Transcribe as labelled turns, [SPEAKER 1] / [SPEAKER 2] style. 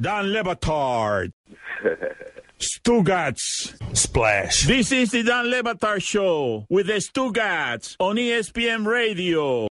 [SPEAKER 1] Dan Lebatard. Stugats.
[SPEAKER 2] Splash.
[SPEAKER 1] E This is the Dan Lebatard Show with the Stugats on ESPN Radio.